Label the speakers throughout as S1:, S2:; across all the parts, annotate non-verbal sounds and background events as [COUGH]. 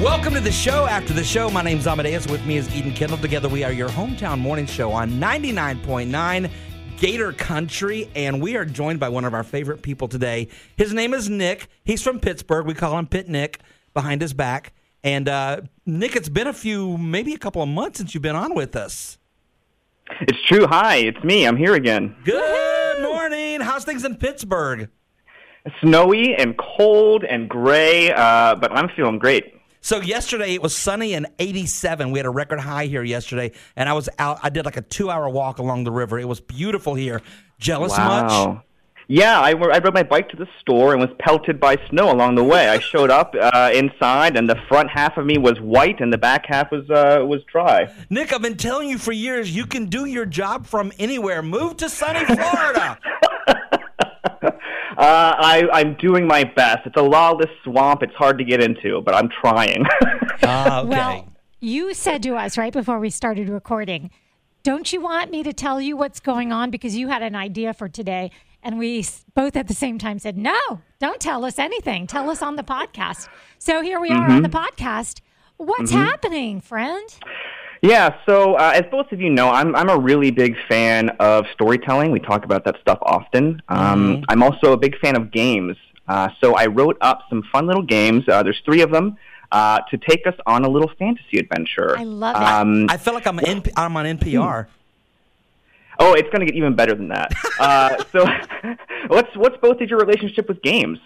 S1: Welcome to the show. After the show, my name's Amadeus. With me is Eden Kendall. Together, we are your hometown morning show on 99.9 Gator Country. And we are joined by one of our favorite people today. His name is Nick. He's from Pittsburgh. We call him Pit Nick behind his back. And uh, Nick, it's been a few, maybe a couple of months since you've been on with us.
S2: It's true. Hi, it's me. I'm here again.
S1: Good morning. How's things in Pittsburgh?
S2: Snowy and cold and gray, uh, but I'm feeling great.
S1: So yesterday it was sunny and 87. We had a record high here yesterday, and I was out. I did like a two-hour walk along the river. It was beautiful here. Jealous much?
S2: Yeah, I, were- I rode my bike to the store and was pelted by snow along the way. I showed up [LAUGHS] uh, inside, and the front half of me was white, and the back half was uh, was dry.
S1: Nick, I've been telling you for years you can do your job from anywhere. Move to sunny
S2: [LAUGHS]
S1: Florida.
S2: Uh, I, I'm doing my best. It's a lawless swamp. It's hard to get into, but I'm trying. [LAUGHS]
S1: Ah, okay.
S3: Well, you said to us right before we started recording, don't you want me to tell you what's going on? Because you had an idea for today. And we s- both at the same time said, no, don't tell us anything. Tell us on the podcast. So here we are on the podcast. What's happening, friend?
S2: Yeah, so uh, as both of you know, I'm I'm a really big fan of storytelling. We talk about that stuff often. Um,
S3: Mm-hmm.
S2: I'm also a big fan of games. Uh, so I wrote up some fun little games. Uh, there's three of them uh, to take us on a little fantasy adventure.
S3: I love it.
S2: Um,
S1: I feel like I'm NP- I'm on NPR.
S2: oh, it's going to get even better than that. uh, so, [LAUGHS] what's what's both of your relationship with games?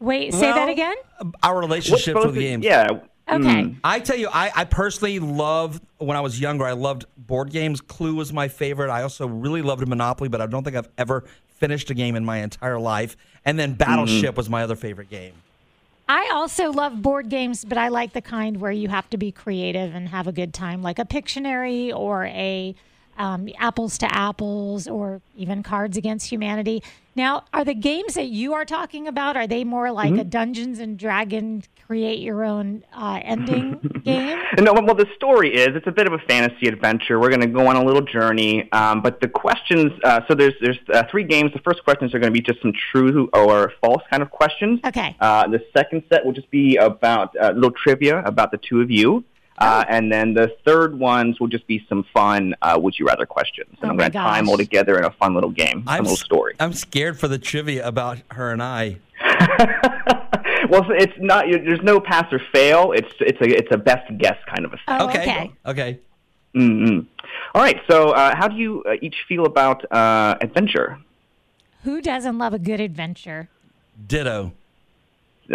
S3: Wait, say that
S1: Well,
S3: again?
S1: Our
S2: What's
S1: relationship
S2: Hmm. both
S1: with
S2: of-
S1: games.
S2: Yeah.
S3: Okay.
S1: I tell you, I, I personally love when I was younger, I loved board games. Clue was my favorite. I also really loved Monopoly, but I don't think I've ever finished a game in my entire life. And then
S2: Mm-hmm.
S1: Battleship was my other favorite game.
S3: I also love board games, but I like the kind where you have to be creative and have a good time, like a Pictionary or a um, apples to apples or even Cards Against Humanity. Now, are the games that you are talking about are they more
S2: Mm-hmm.
S3: like a Dungeons and Dragon create your own uh,
S2: [LAUGHS]
S3: ending game?
S2: No, well, the story is it's a bit of a fantasy adventure. We're going to go on a little journey, um, but the questions. Uh, so there's there's uh, three games. The first questions are going to be just some true or false kind of questions.
S3: Okay.
S2: Uh, the second set will just be about uh, little trivia about the two of you,
S3: Oh.
S2: uh, and then the third ones will just be some fun uh, would you rather questions. And
S3: Oh
S2: I'm
S3: my
S2: going to tie them
S3: gosh.
S2: all together in a fun little game, a
S1: I'm
S2: little
S1: s-
S2: story. [LAUGHS]
S1: I'm scared for the trivia about her and I.
S2: well, so it's not. you- There's no pass or fail. It's it's a it's a best guess kind of a thing.
S3: Oh, okay.
S1: Okay.
S2: mm All right. So, uh, how do you uh, each feel about uh, adventure?
S3: Who doesn't love a good adventure?
S1: Ditto.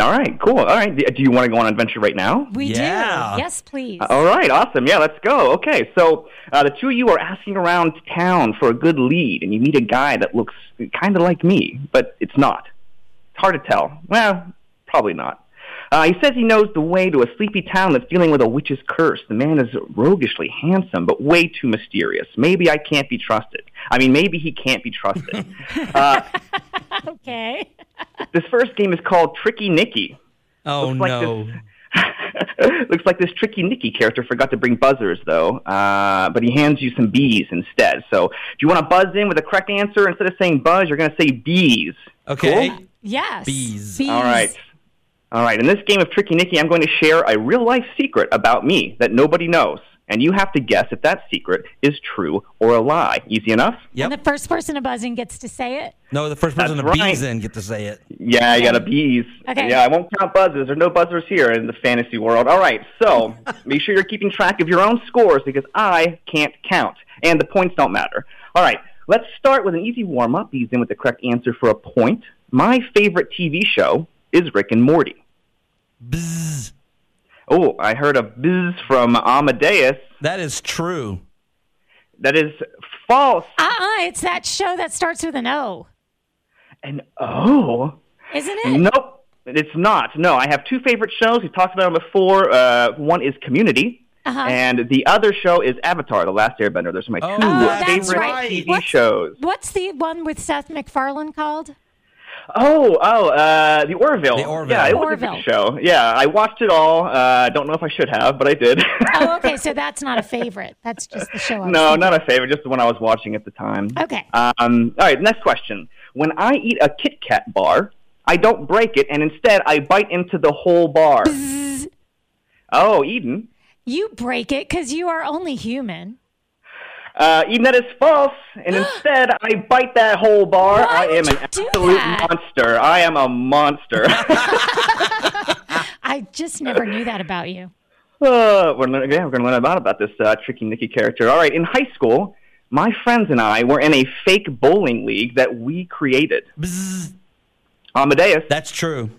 S2: All right. Cool. All right. Do do you want to go on an adventure right now? Uh,
S3: We
S1: Yeah.
S3: do. Yes, please.
S2: All right. Awesome. Yeah. Let's go. Okay. So, uh, the two of you are asking around town for a good lead, and you meet a guy that looks kind of like me, but it's not. It's hard to tell. Well, probably not. Uh, he says he knows the way to a sleepy town that's dealing with a witch's curse. The man is roguishly handsome, but way too mysterious. Maybe I can't be trusted. I mean, maybe he can't be trusted. [LAUGHS]
S3: Okay. [LAUGHS]
S2: This first game is called Tricky Nicky. [LAUGHS]
S1: Oh
S2: Looks like
S1: no.
S2: this- Looks like this Tricky Nicky character forgot to bring buzzers, though, uh, but he hands you some bees instead. So, do you want to buzz in with the correct answer? Instead of saying buzz, you're going to say bees.
S1: Okay.
S2: Cool?
S3: Yes.
S1: Bees.
S2: All right. All right. In this game of Tricky Nicky, I'm going to share a real life secret about me that nobody knows. And you have to guess if that secret is true or a lie. Easy enough?
S3: And the first person to buzz in gets to say it.
S1: No, the first person to
S2: That's right.
S1: bees in get to say it.
S2: Yeah, I got a bees.
S3: Okay.
S2: Yeah, I won't count buzzers. There are no buzzers here in the fantasy world. All right,
S3: [LAUGHS]
S2: so make sure you're keeping track of your own scores because I can't count, and the points don't matter. All right, let's start with an easy warm up. Bees in with the correct answer for a point. My favorite TV show is Rick and Morty.
S1: Bzz.
S2: Oh, I heard a buzz from Amadeus.
S1: That is true.
S2: That is false.
S3: Uh-uh, it's that show that starts with an O,
S2: And oh,
S3: isn't it?
S2: nope, [LAUGHS] it's not. No, I have two favorite shows. We've talked about them before. Uh, one is Community.
S3: Uh-huh.
S2: And the other show is Avatar: The Last Airbender. Those are my two
S1: Oh,
S3: that's
S2: favorite
S3: right.
S2: TV
S3: What's-
S2: shows.
S3: What's the one with Seth
S2: [LAUGHS]
S3: MacFarlane called?
S2: Oh, oh, uh, the Orville.
S1: The Orville.
S2: Yeah, it was a
S3: Orville.
S2: good show. Yeah, I watched it all. Uh, don't know if I should have, but I did.
S3: Oh, okay. So that's not a favorite. That's just the show. I
S2: [LAUGHS]
S3: was
S2: no,
S3: thinking.
S2: not a favorite. Just the one I was watching at the time.
S3: Okay.
S2: Um, all right. Next question. When I eat a Kit Kat bar, I don't break it, and instead I bite into the whole bar. Oh, Eden.
S3: You break it because you are only human.
S2: Uh, Eden, that is false. And
S3: [GASPS]
S2: instead, I bite that whole bar.
S3: Why
S2: I
S3: would
S2: am an
S3: you do
S2: absolute
S3: that?
S2: monster. I am a monster.
S3: [LAUGHS]
S2: [LAUGHS]
S3: I just never knew that about you.
S2: Uh, we're learning, yeah, we're going to learn a lot about this uh, tricky Nicky character. All right, in high school, my friends and I were in a fake bowling league that we created.
S1: Bzzz.
S2: Amadeus,
S1: That's true.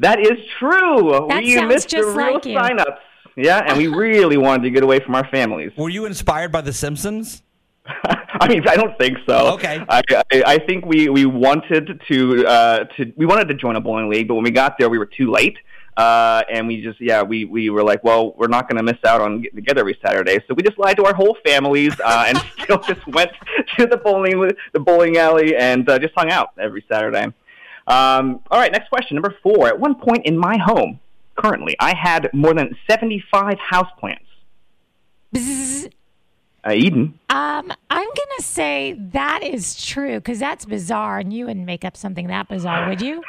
S2: that is true.
S3: That
S2: we
S3: sounds
S2: missed the
S3: just
S2: real
S3: like you.
S2: sign-ups. Yeah, and
S3: [LAUGHS]
S2: we really wanted to get away from our families.
S1: Were you inspired by The Simpsons?
S2: [LAUGHS] I mean, I don't think so.
S1: Okay.
S2: I, I, I think we, we wanted to uh, to we wanted to join a bowling league, but when we got there, we were too late. Uh, and we just yeah we, we were like well we're not going to miss out on getting together every Saturday so we just lied to our whole families uh, [LAUGHS] and still just went to the bowling the bowling alley and uh, just hung out every Saturday. Um, all right, next question number four. At one point in my home, currently, I had more than seventy five houseplants.
S3: Bzzz.
S2: Uh, Eden.
S3: Um, I'm gonna say that is true because that's bizarre, and you wouldn't make up something that bizarre, would you?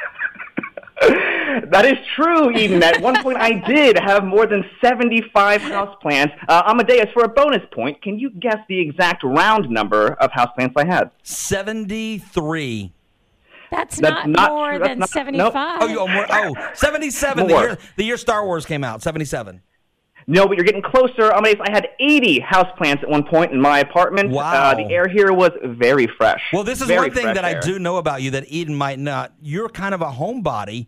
S2: That is true, Eden. At one point, I did have more than 75 houseplants. Uh, Amadeus, for a bonus point, can you guess the exact round number of houseplants I had?
S1: 73.
S3: That's,
S2: That's
S3: not,
S2: not
S3: more
S2: true. That's
S3: than
S2: not- nope.
S1: [LAUGHS]
S3: 75.
S1: Oh, you, oh, more, oh 77. The
S2: More.
S1: year, the year Star Wars came out, 77.
S2: No, but you're getting closer. Amadeus, I had 80 houseplants at one point in my apartment.
S1: Wow.
S2: Uh, the air here was very fresh.
S1: Well, this is
S2: Very
S1: one thing
S2: fresh
S1: that I
S2: air.
S1: do know about you that Eden might not. You're kind of a homebody,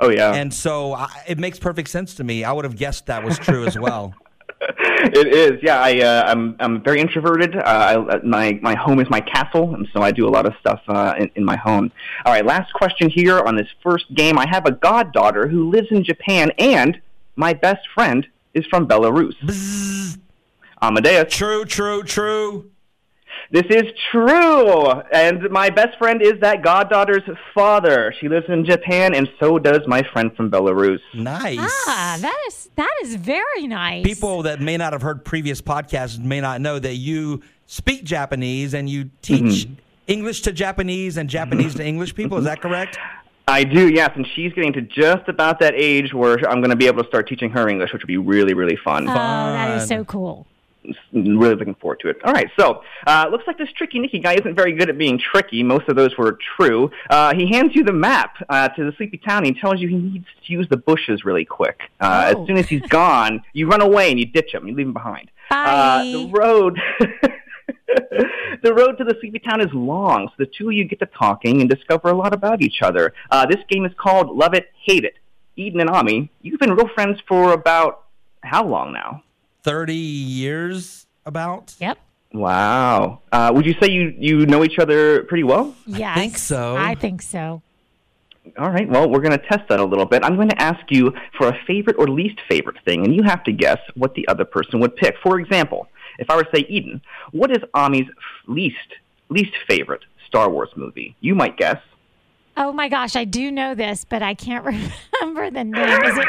S2: Oh, yeah.
S1: and so I, it makes perfect sense to me. I would have guessed that was true as
S2: [LAUGHS]
S1: well.
S2: it is. Yeah, I, uh, I'm, I'm very introverted. Uh, I, my, my home is my castle, and so I do a lot of stuff uh, in, in my home. All right, last question here on this first game. I have a goddaughter who lives in Japan, and my best friend is from Belarus. Amadeus.
S1: True, true, true.
S2: This is true, and my best friend is that goddaughter's father. She lives in Japan, and so does my friend from Belarus.
S1: Nice.
S3: ah, that is that is very nice.
S1: People that may not have heard previous podcasts may not know that you speak Japanese and you teach
S2: Mm-hmm.
S1: English to Japanese and Japanese to English people. Is that correct?
S2: Mm-hmm. I do, yes, and she's getting to just about that age where I'm going to be able to start teaching her English, which would be really, really fun.
S3: oh, that is so cool.
S2: really looking forward to it. All right, so uh, looks like this tricky Nicky guy isn't very good at being tricky. Most of those were true. Uh, he hands you the map uh, to the sleepy town. And he tells you he needs to use the bushes really quick. Uh,
S3: Oh.
S2: As soon as he's gone, you run away and you ditch him. You leave him behind. Uh,
S3: Bye.
S2: the road. [LAUGHS] the road to the sleepy town is long, so the two of you get to talking and discover a lot about each other. Uh, this game is called Love It, Hate It. Eden and Ami, you've been real friends for about how long now?
S1: 30 years about?
S3: Yep.
S2: Wow. Uh, would you say you, you know each other pretty well?
S3: Yes.
S1: think so.
S3: I think so.
S2: All right. Well, we're going to test that a little bit. I'm going to ask you for a favorite or least favorite thing, and you have to guess what the other person would pick. For example, if I were to say Eden, what is Ami's f- least least favorite Star Wars movie? You might guess.
S3: Oh my gosh, I do know this, but I can't [LAUGHS] remember the name. Is it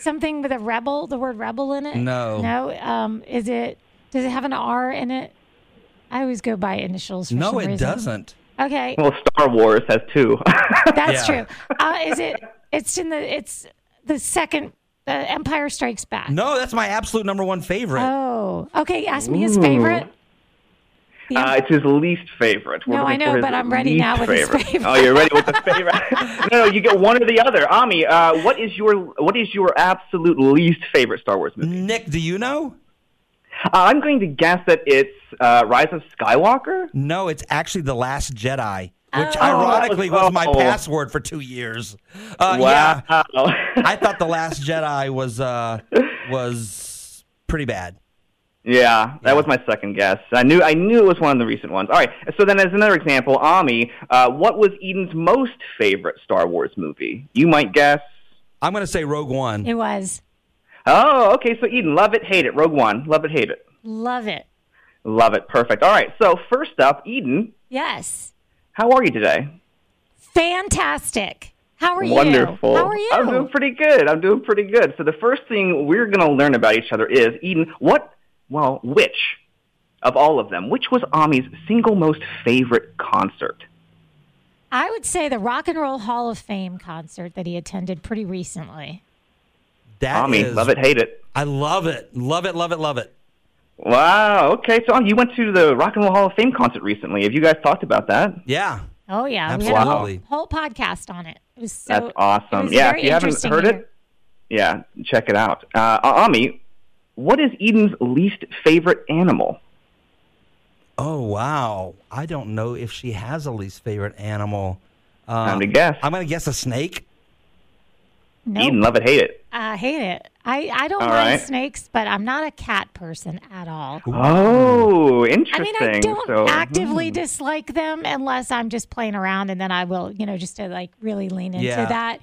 S3: something with a rebel? The word rebel in it?
S1: No.
S3: No. Um, is it? Does it have an R in it? I always go by initials. For
S1: No,
S3: some
S1: it
S3: reason.
S1: doesn't.
S3: Okay,
S2: Well, Star Wars has two. [LAUGHS]
S3: that's
S1: Yeah.
S3: true. Uh, is it? It's in the. It's the second. Uh, Empire Strikes Back.
S1: No, that's my absolute number one favorite.
S3: Oh, okay. Ask me his favorite. The
S2: Uh, it's his least favorite.
S3: No, I
S2: looking
S3: know,
S2: for his
S3: but I'm ready
S2: least
S3: now with his favorite.
S2: Oh, you're ready with the
S3: [LAUGHS]
S2: favorite. [LAUGHS] no, no, you get one or the other. Ami, uh, what is your what is your absolute least favorite Star Wars movie?
S1: Nick, do you know?
S2: Uh, I'm going to guess that it's uh, Rise of Skywalker.
S1: No, it's actually The Last Jedi, which
S3: Oh.
S1: ironically was, my
S2: Oh.
S1: password for two years. Uh, Yeah,
S2: wow.
S1: I thought The Last Jedi was uh, was pretty bad.
S2: [LAUGHS] yeah, that was my second guess. I knew I knew it was one of the recent ones. All right. So then, as another example, Ami, uh, what was Eden's most favorite Star Wars movie? You might guess.
S1: I'm going to say Rogue One.
S3: it was.
S2: Oh, okay. So Eden, love it, hate it. Rogue One, love it, hate it.
S3: Love it.
S2: Love it. Perfect. All right. So first up, Eden,
S3: Yes.
S2: how are you today?
S3: Fantastic. How are
S2: Wonderful.
S3: you? How are you?
S2: I'm doing pretty good. I'm doing pretty good. So the first thing we're going to learn about each other is Eden. What? Well, which of all of them? Which was Ami's single most favorite concert?
S3: I would say the Rock and Roll Hall of Fame concert that he attended pretty recently.
S1: That
S2: Tommy,
S1: is-
S2: love it, hate it.
S1: I love it. Love it. Love it. Love it.
S2: Wow. Okay. So you went to the Rock and Roll Hall of Fame concert recently. Have you guys talked about that?
S1: Yeah.
S3: Oh yeah, we
S1: Absolutely.
S3: had a whole, whole podcast on it. It was so
S2: That's awesome.
S3: it was
S2: yeah.
S3: very
S2: If you haven't
S3: interesting
S2: heard
S3: to
S2: it, yeah, check it out. Uh, Ami, what is Eden's least favorite animal?
S1: Oh wow. I don't know if she has a least favorite animal. Um,
S2: Time to guess.
S1: I'm gonna guess a snake.
S3: hear.
S2: Eden,
S3: Nope.
S2: love it, hate it.
S3: I hate it. I I don't
S2: All right.
S3: mind snakes, but I'm not a cat person at all.
S2: Oh,
S3: I
S2: interesting.
S3: mean, I don't
S2: so, hmm.
S3: actively dislike them unless I'm just playing around, and then I will, you know, just to like really lean into
S1: Yeah.
S3: that.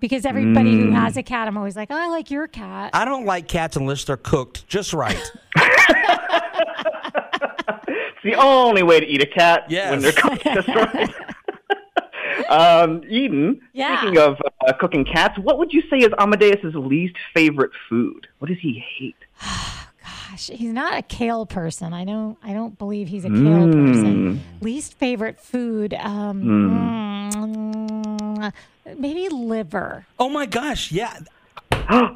S3: Because everybody who
S2: Mm.
S3: has a cat, I'm always like, oh, I like your cat.
S1: I don't like cats unless they're cooked just right.
S2: It's the only way to eat a cat
S1: Yes.
S2: when they're cooked.
S3: [LAUGHS]
S2: That's right. um, Eden,
S3: Yeah.
S2: speaking of uh, cooking cats, what would you say is Amadeus's least favorite food? What does he hate?
S3: Gosh, he's not a kale person. I don't. I don't believe he's a kale
S2: Hmm.
S3: person. Least favorite food. Um,
S2: Hmm.
S3: mm, maybe liver.
S1: oh my gosh.
S3: [GASPS]
S1: Yeah.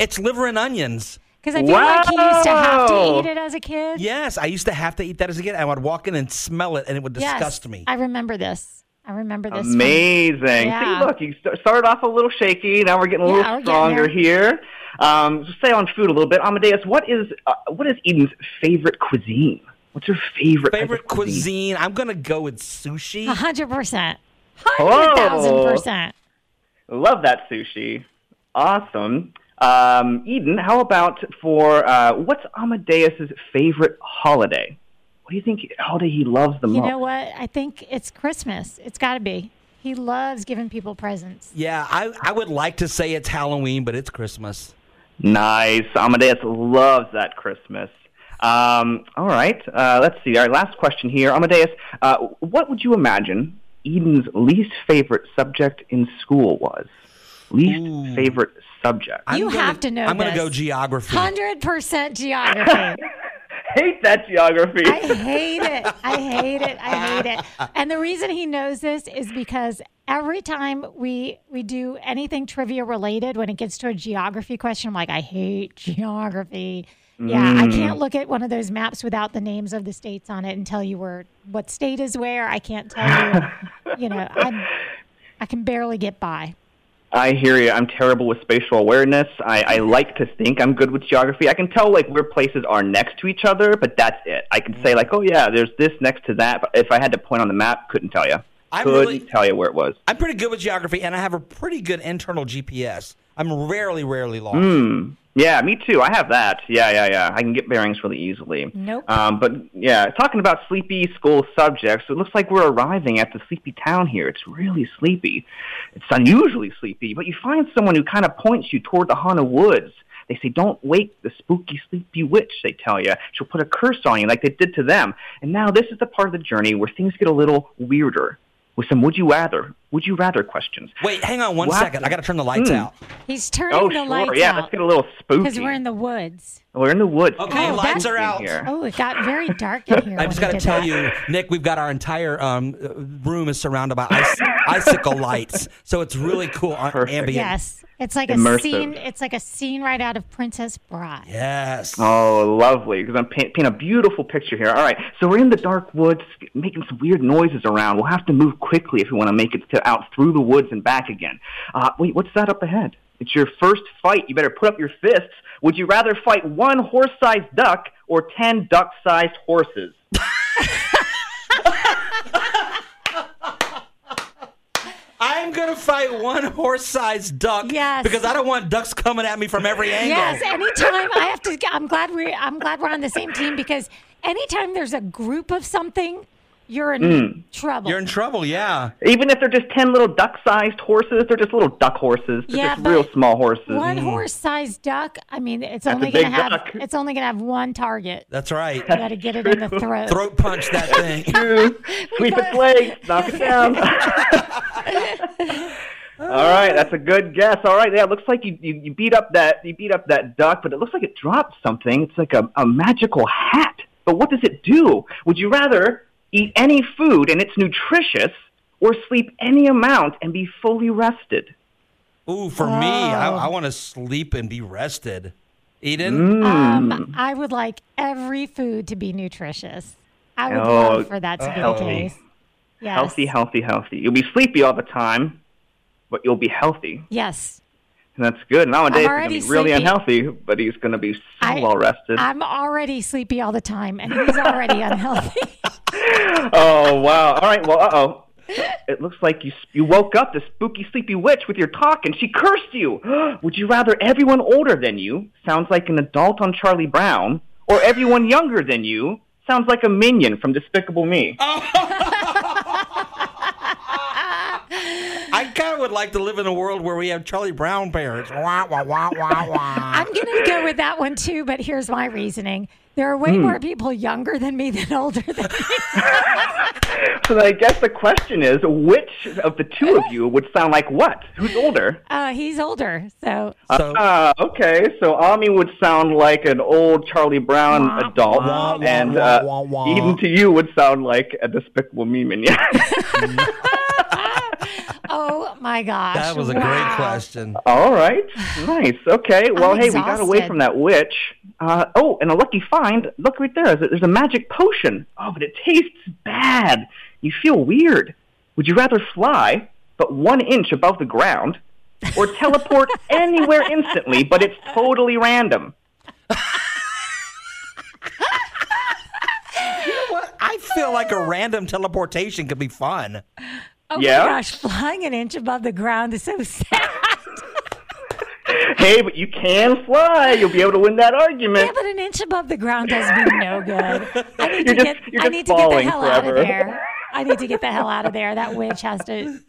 S1: It's liver and onions.
S3: Because I feel like he used to have to
S2: Wow.
S3: eat it as a kid.
S1: Yes, I used to have to eat that as a kid. I would walk in and smell it, and it would
S3: Yes,
S1: disgust me.
S3: I remember this. I remember this. from-
S2: Amazing.
S3: Yeah.
S2: See, look, you st- started off a little shaky. Now we're getting a
S3: Yeah,
S2: little
S3: we're getting
S2: stronger
S3: there.
S2: here. Um, so stay on food a little bit. Amadeus, what is uh, what is Eden's favorite cuisine? What's her favorite type
S1: Favorite
S2: of
S1: cuisine?
S2: cuisine?
S1: I'm gonna go with sushi.
S3: A hundred percent. Hundred thousand percent.
S2: Love that sushi. Awesome. Um, Eden, how about for uh, what's Amadeus's favorite holiday? What do you think holiday he loves the
S3: You
S2: most?
S3: know what? I think it's Christmas. It's got to be. He loves giving people presents.
S1: Yeah, I, I would like to say it's Halloween, but it's Christmas.
S2: Nice. Amadeus loves that Christmas. Um, all right. Uh, let's see. Our last question here. Amadeus, uh, what would you imagine Eden's least favorite subject in school was? Least favorite subject. I [LAUGHS]
S1: I'm
S3: You
S1: gonna-
S3: have to know
S1: I'm gonna
S3: this.
S1: go geography.
S3: Hundred percent geography.
S2: hate that geography.
S3: I hate it. I hate it. I hate it. And the reason he knows this is because every time we we do anything trivia related, when it gets to a geography question, I'm like, I hate geography. Yeah,
S2: Mm.
S3: I can't look at one of those maps without the names of the states on it and tell you where what state is where. I can't tell you. you know, I'm, I can barely get by.
S2: I hear you. I'm terrible with spatial awareness. I, I like to think I'm good with geography. I can tell like where places are next to each other, but that's it. I can
S1: Mm-hmm.
S2: say like, oh yeah, there's this next to that. But if I had to point on the map, couldn't tell you.
S1: I'm
S2: couldn't
S1: really-
S2: tell you where it was.
S1: I'm pretty good with geography, and I have a pretty good internal GPS. I'm rarely, rarely lost.
S3: Mm.
S2: Yeah, me too. I have that. Yeah, yeah, yeah. I can get bearings really easily.
S3: Nope.
S2: Um, but yeah, talking about sleepy school subjects, it looks like we're arriving at the sleepy town here. It's really sleepy. It's unusually sleepy, but you find someone who kind of points you toward the haunted woods. They say, "Don't wake the spooky, sleepy witch." They tell you she'll put a curse on you, like they did to them. And now this is the part of the journey where things get a little weirder, with some "Would you rather?" "Would you rather?" questions.
S1: Wait, hang on one
S2: What?
S1: second. I got to turn the
S3: Mm.
S1: lights out.
S3: He's turning
S2: Oh,
S3: the
S2: sure.
S3: lights
S2: Yeah, let's
S3: out
S2: get a little spooky.
S3: because we're in the woods.
S2: We're in the woods.
S1: Okay,
S3: Oh, lights
S1: are out.
S2: Here.
S3: Oh, it got very dark in here.
S1: I
S3: when
S1: just
S3: we
S1: got to
S3: did
S1: tell
S3: that.
S1: you, Nick, we've got our entire um, uh, room is surrounded by
S3: [LAUGHS]
S1: ice, icicle lights, so it's really cool uh,
S2: Perfect.
S1: ambient.
S3: Yes, it's like a
S2: Immersive.
S3: scene. It's like a scene right out of Princess Bride.
S1: Yes.
S2: Oh, lovely. Because I'm paint, painting a beautiful picture here. All right. So we're in the dark woods, making some weird noises around. We'll have to move quickly if we want to make it to, out through the woods and back again. Uh, wait, what's that up ahead? It's your first fight. You better put up your fists. Would you rather fight one horse sized duck or 10 duck sized horses?
S1: I'm gonna fight one horse-sized duck
S3: Yes.
S1: because I don't want ducks coming at me from every angle.
S3: Yes, anytime I have to. I'm glad we. I'm glad we're on the same team because anytime there's a group of something, you're in
S2: Mm.
S3: trouble.
S1: You're in trouble. Yeah.
S2: Even if they're just 10 little duck sized horses, they're just little duck horses. They're
S3: Yeah,
S2: just
S3: but
S2: real small horses.
S3: one horse-sized duck. I mean, it's only
S2: Mm. a
S3: going to
S2: big
S3: have.
S2: duck.
S3: It's only going to have one target.
S1: That's right.
S3: You got to get it in the throat.
S1: Throat punch that
S3: [LAUGHS]
S1: thing.
S2: Sweep its legs, knock it down. All right, that's a good guess. All right, yeah, it looks like you, you, you beat up that you beat up that duck, but it looks like it dropped something. It's like a, a magical hat. But what does it do? Would you rather eat any food and it's nutritious, or sleep any amount and be fully rested?
S1: Ooh, for me, I, I want to sleep and be rested. Eden,
S2: Mm.
S3: Um, I would like every food to be nutritious. I would
S2: Oh,
S3: love for that to be the
S2: healthy.
S3: case. Yes.
S2: Healthy, healthy, healthy. You'll be sleepy all the time, but you'll be healthy.
S3: Yes.
S2: And that's good. Nowadays,
S3: I'm
S2: he's going to be
S3: already
S2: really
S3: sleepy.
S2: unhealthy, but he's going to be so
S3: I-
S2: well rested.
S3: I'm already sleepy all the time, and
S2: [LAUGHS]
S3: he's already unhealthy.
S2: oh, wow. All right. Well, uh oh. It looks like you, you woke up the spooky, sleepy witch with your talk, and she cursed you. [GASPS] Would you rather everyone older than you sounds like an adult on Charlie Brown, or everyone younger than you sounds like a minion from Despicable Me?
S1: I kind of would like to live in a world where we have Charlie Brown parents. Wah, wah, wah, wah, wah.
S3: [LAUGHS] I'm going to go with that one too, but here's my reasoning. There are way
S2: Hmm.
S3: more people younger than me than older
S2: [LAUGHS]
S3: than me.
S2: So then I guess the question is, which of the two of you would sound like what? Who's older?
S3: Uh, he's older, so
S1: So,
S2: Uh, okay, so Ami would sound like an old Charlie Brown adult,
S1: wah,
S2: and
S1: wah,
S2: uh,
S1: wah, wah.
S2: Eden to you would sound like a despicable me minion. [LAUGHS]
S3: oh my gosh,
S1: that was a great
S3: Wow.
S1: question.
S2: All
S3: [SIGHS]
S2: right, nice. Okay, well, hey, we got away
S3: exhausted.
S2: from that witch. Uh, oh, and a lucky find. Look right there. There's a magic potion. Oh, but it tastes bad. You feel weird. Would you rather fly, but one inch above the ground, or
S3: [LAUGHS]
S2: teleport anywhere instantly, but it's totally random?
S1: What? I feel like a random teleportation could be fun.
S3: Oh
S2: Yeah?
S3: my gosh, flying an inch above the ground is so sad.
S2: Hey, but you can fly. You'll be able to win that
S3: Yeah,
S2: argument.
S3: but an inch above the ground does me no good. I need to
S2: just-
S3: get
S2: you're
S3: I
S2: just
S3: need to get the
S2: falling
S3: hell out
S2: forever.
S3: of there. I need to get the hell out of there. That witch has
S2: [LAUGHS]
S3: to.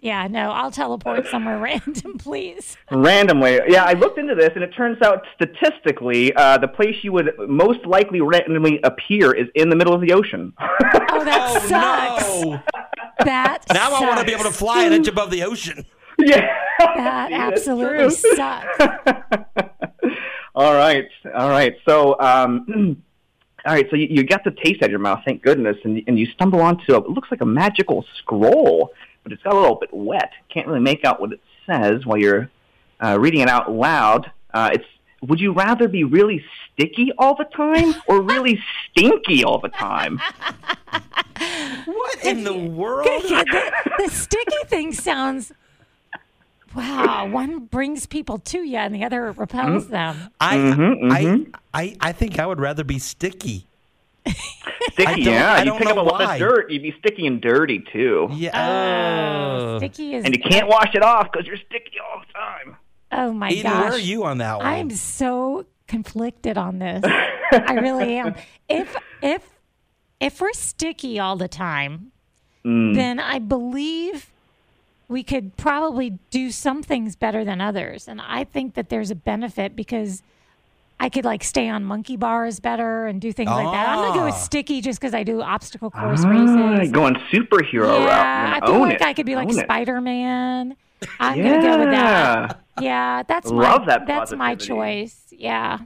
S3: Yeah, no, I'll teleport somewhere random, please.
S2: Randomly. Yeah, I looked into this, and it turns out statistically, uh, the place you would most likely randomly appear is in the middle of the ocean. [LAUGHS]
S3: Oh, that sucks.
S1: no!
S3: That
S1: [LAUGHS] Now I want to be able to
S3: sucks.
S1: fly an inch above the ocean.
S2: [LAUGHS] yeah.
S3: That
S2: that's
S3: absolutely
S2: true.
S3: sucks.
S2: all right. All right. So, um, [CLEARS THROAT] all right. So you, you got the taste out of your mouth, thank goodness, and, and you stumble onto a, it looks like a magical scroll, but it's got a little bit wet. Can't really make out what it says while you're uh, reading it out loud. Uh, it's would you rather be really sticky all the
S1: [LAUGHS]
S2: time or really stinky all the time?
S1: What in the world?
S3: Yeah, the, the sticky thing sounds. Wow, one brings people to you, and the other repels
S2: Mm-hmm.
S3: them.
S1: I, I, I, I think I would rather be sticky.
S2: Sticky,
S1: don't-
S2: yeah.
S1: I
S2: you
S1: don't
S2: pick up a
S1: know
S2: lot
S1: why.
S2: of dirt. You'd be sticky and dirty too,
S1: Yeah. Oh.
S3: Sticky is.
S2: and you can't wash it off because you're sticky all the time.
S3: Oh my
S1: Eden,
S3: gosh!
S1: where are you on that one?
S3: I'm so conflicted on this. I really
S1: [LAUGHS]
S3: am. If if if we're sticky all the time,
S1: Mm.
S3: then I believe we could probably do some things better than others. And I think that there's a benefit because I could like stay on monkey bars better and do things like that. I'm gonna go with
S1: Ah.
S3: sticky just because I do obstacle course
S2: Ah,
S3: races.
S2: going superhero route.
S3: Yeah,
S2: You're
S3: I
S2: gonna
S3: feel
S2: own
S3: like
S2: it.
S3: I could be like
S2: Own it.
S3: Spider Man. I'm
S2: Yeah.
S3: gonna go with that. Yeah, that's
S2: Love
S3: my,
S2: that
S3: that's my
S2: positivity.
S3: choice. Yeah.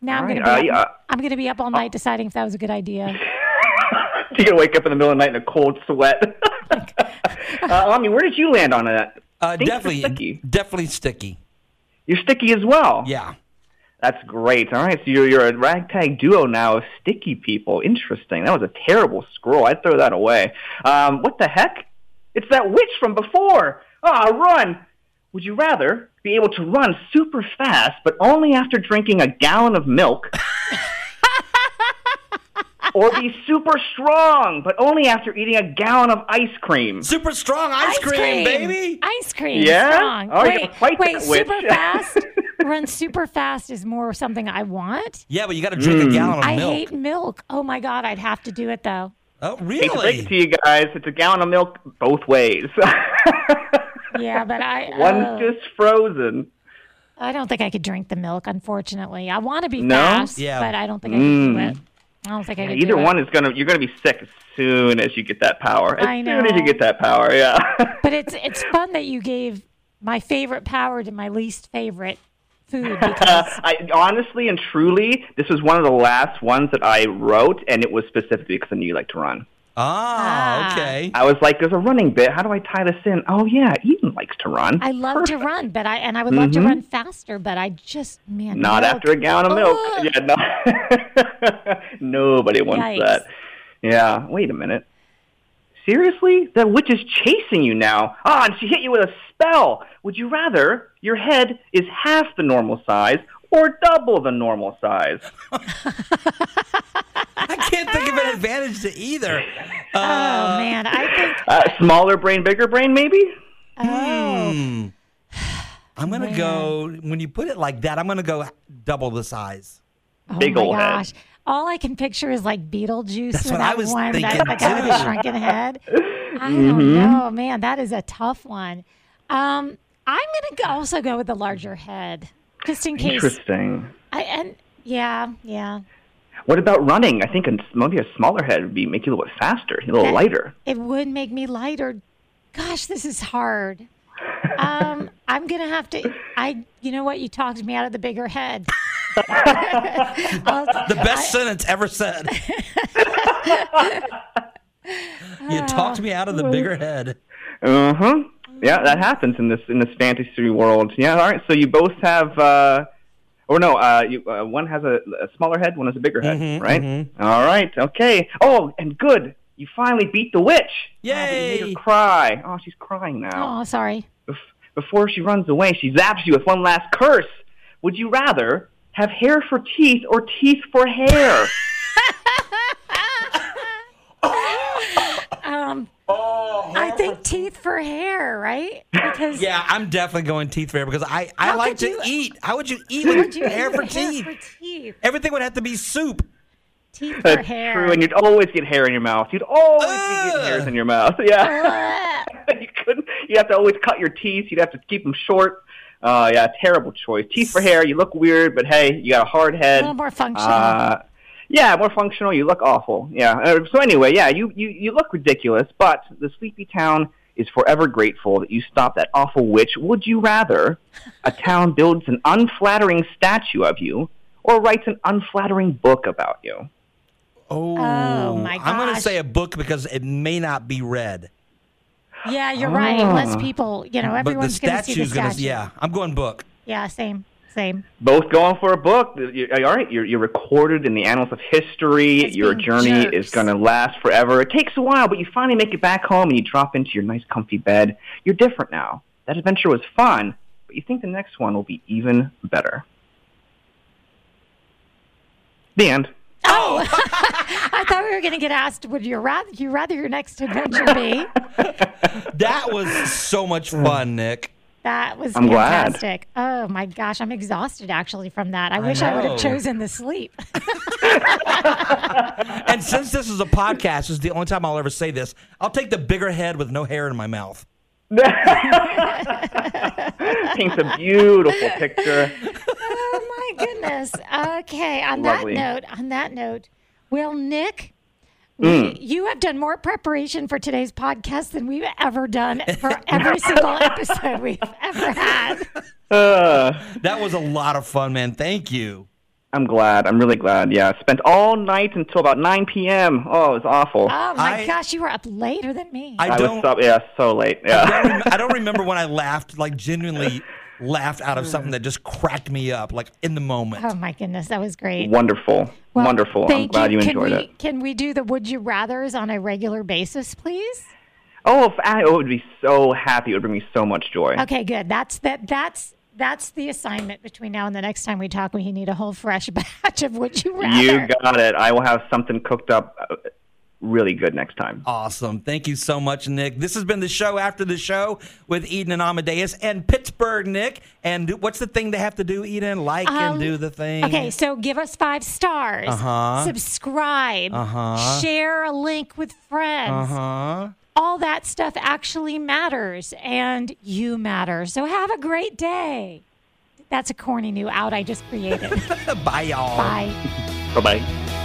S3: Now I'm
S2: All
S3: gonna
S2: right,
S3: be
S2: uh,
S3: up,
S2: yeah.
S3: I'm gonna be up all night deciding if that was a good idea.
S2: [LAUGHS] You're gonna wake up in the middle of the night in a cold
S3: [LAUGHS]
S2: sweat. [LAUGHS] uh, Ami, where did you land on that?
S1: uh,
S2: Think you're
S1: definitely,
S2: sticky.
S1: definitely sticky.
S2: You're sticky as well.
S1: Yeah.
S2: That's great. All right, so you're, you're a ragtag duo now of sticky people. Interesting. That was a terrible scroll. I'd throw that away. Um, what the heck? It's that witch from before. Ah, run! Would you rather be able to run super fast, but only after drinking a gallon of milk? or be super strong, but only after eating a gallon of ice cream?
S1: Super strong ice, cream, baby.
S3: Ice cream.
S2: Yeah?
S3: Strong.
S2: Oh, you
S3: wait,
S2: gotta fight
S3: wait,
S2: that witch. [LAUGHS]
S3: super fast. Run super fast is more something I want.
S1: yeah, but you got to drink
S2: Mm.
S1: a gallon of
S3: I
S1: milk.
S3: hate milk. Oh my god, I'd have to do it though.
S1: oh,
S2: Hate to break it to
S1: really?
S2: you guys, it's a gallon of milk both ways. [LAUGHS]
S3: Yeah, but I
S2: One's
S3: oh,
S2: just frozen.
S3: I don't think I could drink the milk. Unfortunately, I want to be
S2: No? Mm.
S3: fast,
S1: Yeah.
S3: but I don't think I could do it. I don't think I could.
S2: Either
S3: do it.
S2: one is gonna you're gonna be sick as soon as you get that power. As
S3: I
S2: soon as
S3: know.
S2: you get that power, yeah. [LAUGHS]
S3: But it's it's fun that you gave my favorite power to my least favorite food
S2: [LAUGHS]
S3: because
S2: I honestly and truly, this was one of the last ones that I wrote, and it was specifically because I knew you like to run.
S1: Ah, okay.
S2: I was like, there's a running bit. How do I tie this in? Oh, yeah, Eden likes to run.
S3: I love to run, but I and I would love to run faster, but I just man
S2: Mm-hmm. Not
S3: milk.
S2: after a gallon of milk.
S3: Ugh.
S2: Yeah, no. [LAUGHS] Nobody wants
S3: Oh, Yikes.
S2: that. Yeah, wait a minute. Seriously? That witch is chasing you now. Ah, and she hit you with a spell. Would you rather your head is half the normal size or double the normal size?
S1: I can't think of
S3: Ah.
S1: an advantage to either.
S3: Oh man, I think [LAUGHS]
S2: Uh, smaller brain, bigger brain, maybe?
S3: oh
S1: I'm gonna go when you put it like that. I'm gonna go double the size.
S3: Oh
S2: Big
S3: my
S2: old head.
S3: gosh. All I can picture is like Beetlejuice
S1: That's
S3: with
S1: what I
S3: that
S1: was
S3: one
S1: thinking,
S3: that, that guy with
S1: too.
S3: the
S2: [LAUGHS]
S3: shrunken head. I
S2: Mm-hmm.
S3: don't know, man. That is a tough one. Um, I'm gonna go, also go with the larger head, just in case.
S2: Interesting.
S3: I and yeah, yeah.
S2: What about running? I think a, maybe a smaller head would be make you a little bit faster, a little
S3: That-
S2: lighter.
S3: It would make me lighter. Gosh, this is hard. Um, I'm gonna have to. I, you know what? You talked me out of the bigger head. [LAUGHS] I'll-
S1: The best sentence ever
S3: [LAUGHS]
S1: said. you talked me out of the bigger head.
S2: Uh huh. Yeah, that happens in this in this fantasy world. Yeah. All right. So you both have, uh, or no, uh, you, uh, one has a, a smaller head, one has a bigger head,
S1: Mm-hmm,
S2: right? All right. Okay. Oh, and good. You finally beat the witch. Oh, but you made her
S1: Yay.
S2: cry. Oh, she's crying now.
S3: oh, sorry.
S2: Bef- Before she runs away, she zaps you with one last curse. Would you rather have hair for teeth or teeth for hair?
S3: I think teeth for hair, right? Because
S1: Yeah, I'm definitely going teeth for hair because I, I
S3: How
S1: like
S3: could
S1: to
S3: you-
S1: eat. How would you eat
S3: how
S1: with
S3: would you
S1: hair
S3: eat
S1: for
S3: hair
S1: teeth?
S3: for teeth?
S1: Everything would have to be soup.
S3: Teeth for
S2: That's
S3: hair.
S2: true, and you'd always get hair in your mouth. You'd always be
S1: Ugh.
S2: getting hairs in your mouth. [LAUGHS] Yeah.
S3: Ugh.
S2: [LAUGHS] you couldn't. You have to always cut your teeth. You'd have to keep them short. Uh, yeah, terrible choice. Teeth for hair. You look weird, but hey, you got a hard head.
S3: A little more functional.
S2: Uh, yeah, more functional. You look awful. Yeah. Uh, so anyway, yeah, you, you you look ridiculous, but the sleepy town is forever grateful that you stopped that awful witch. Would you rather a town builds an unflattering statue of you, or writes an unflattering book about you?
S1: Oh,
S3: my
S1: I'm going to
S3: gosh.
S1: say a book because it may not be read.
S3: [LAUGHS] yeah, you're right. Less people, you know,
S1: Ah. But the
S3: everyone's going to see the
S1: statue's
S3: statue.
S1: going to, yeah, I'm going book.
S3: Yeah, same, same.
S2: both going for a book. You- all right, you're, you're recorded in the annals of history.
S3: As
S2: your
S3: being
S2: journey
S3: jerks.
S2: is going to last forever. It takes a while, but you finally make it back home and you drop into your nice, comfy bed. You're different now. That adventure was fun, but you think the next one will be even better. The
S1: [LAUGHS]
S2: end.
S3: I thought we were going to get asked, would you rather, you rather your next adventure
S1: [LAUGHS]
S3: be?
S1: That was so
S3: [LAUGHS]
S1: much fun, Nick.
S3: That was
S2: I'm glad.
S3: fantastic. Oh my gosh, I'm exhausted actually from that. I, wish I would
S1: know.
S3: have chosen the sleep.
S1: And since this is a podcast, this is the only time I'll ever say this. I'll take the bigger head with no hair in my mouth.
S2: Paints a beautiful picture.
S3: oh my goodness. Okay. On
S2: Lovely.
S3: that note, on that note, well, Nick,
S2: Hmm.
S3: we, you have done more preparation for today's podcast than we've ever done
S2: [LAUGHS]
S3: for every single episode we've ever had.
S2: Uh,
S1: That was a lot of fun, man. Thank you.
S2: I'm glad. I'm really glad. Yeah, spent all night until about 9 p.m. Oh, it was awful.
S3: Oh my
S1: I-
S3: gosh, you were up later than me.
S1: I,
S2: I was
S1: don't.
S2: up. Yeah, so late.
S1: I
S2: Yeah.
S1: don't rem- I don't remember when I laughed, like genuinely laughed out of something that just cracked me up, like in the moment.
S3: oh my goodness, that was great.
S2: Wonderful.
S3: Well,
S2: Wonderful. I'm
S3: thank
S2: glad you,
S3: can
S2: enjoyed
S3: we,
S2: it.
S3: Can we do the would you rather's on a regular basis, please?
S2: Oh, if I oh, would be so happy. It would bring me so much joy.
S3: Okay, good. That's that. That's that's the assignment between now and the next time we talk. We need a whole fresh [LAUGHS] batch of would you rather.
S2: You got it. I will have something cooked up uh, really good next time.
S1: Awesome. Thank you so much, Nick. This has been the show after the show with Eden and Amadeus and Pittsburgh, Nick. And what's the thing they have to do, Eden? Like and
S3: Um,
S1: do the thing.
S3: Okay, so give us five stars. Subscribe. Share a link with friends.
S1: Uh-huh. Huh?
S3: All that stuff actually matters, and you matter. So have a great day. That's a corny new out I just created.
S1: Bye, y'all.
S3: Bye.
S2: Bye bye.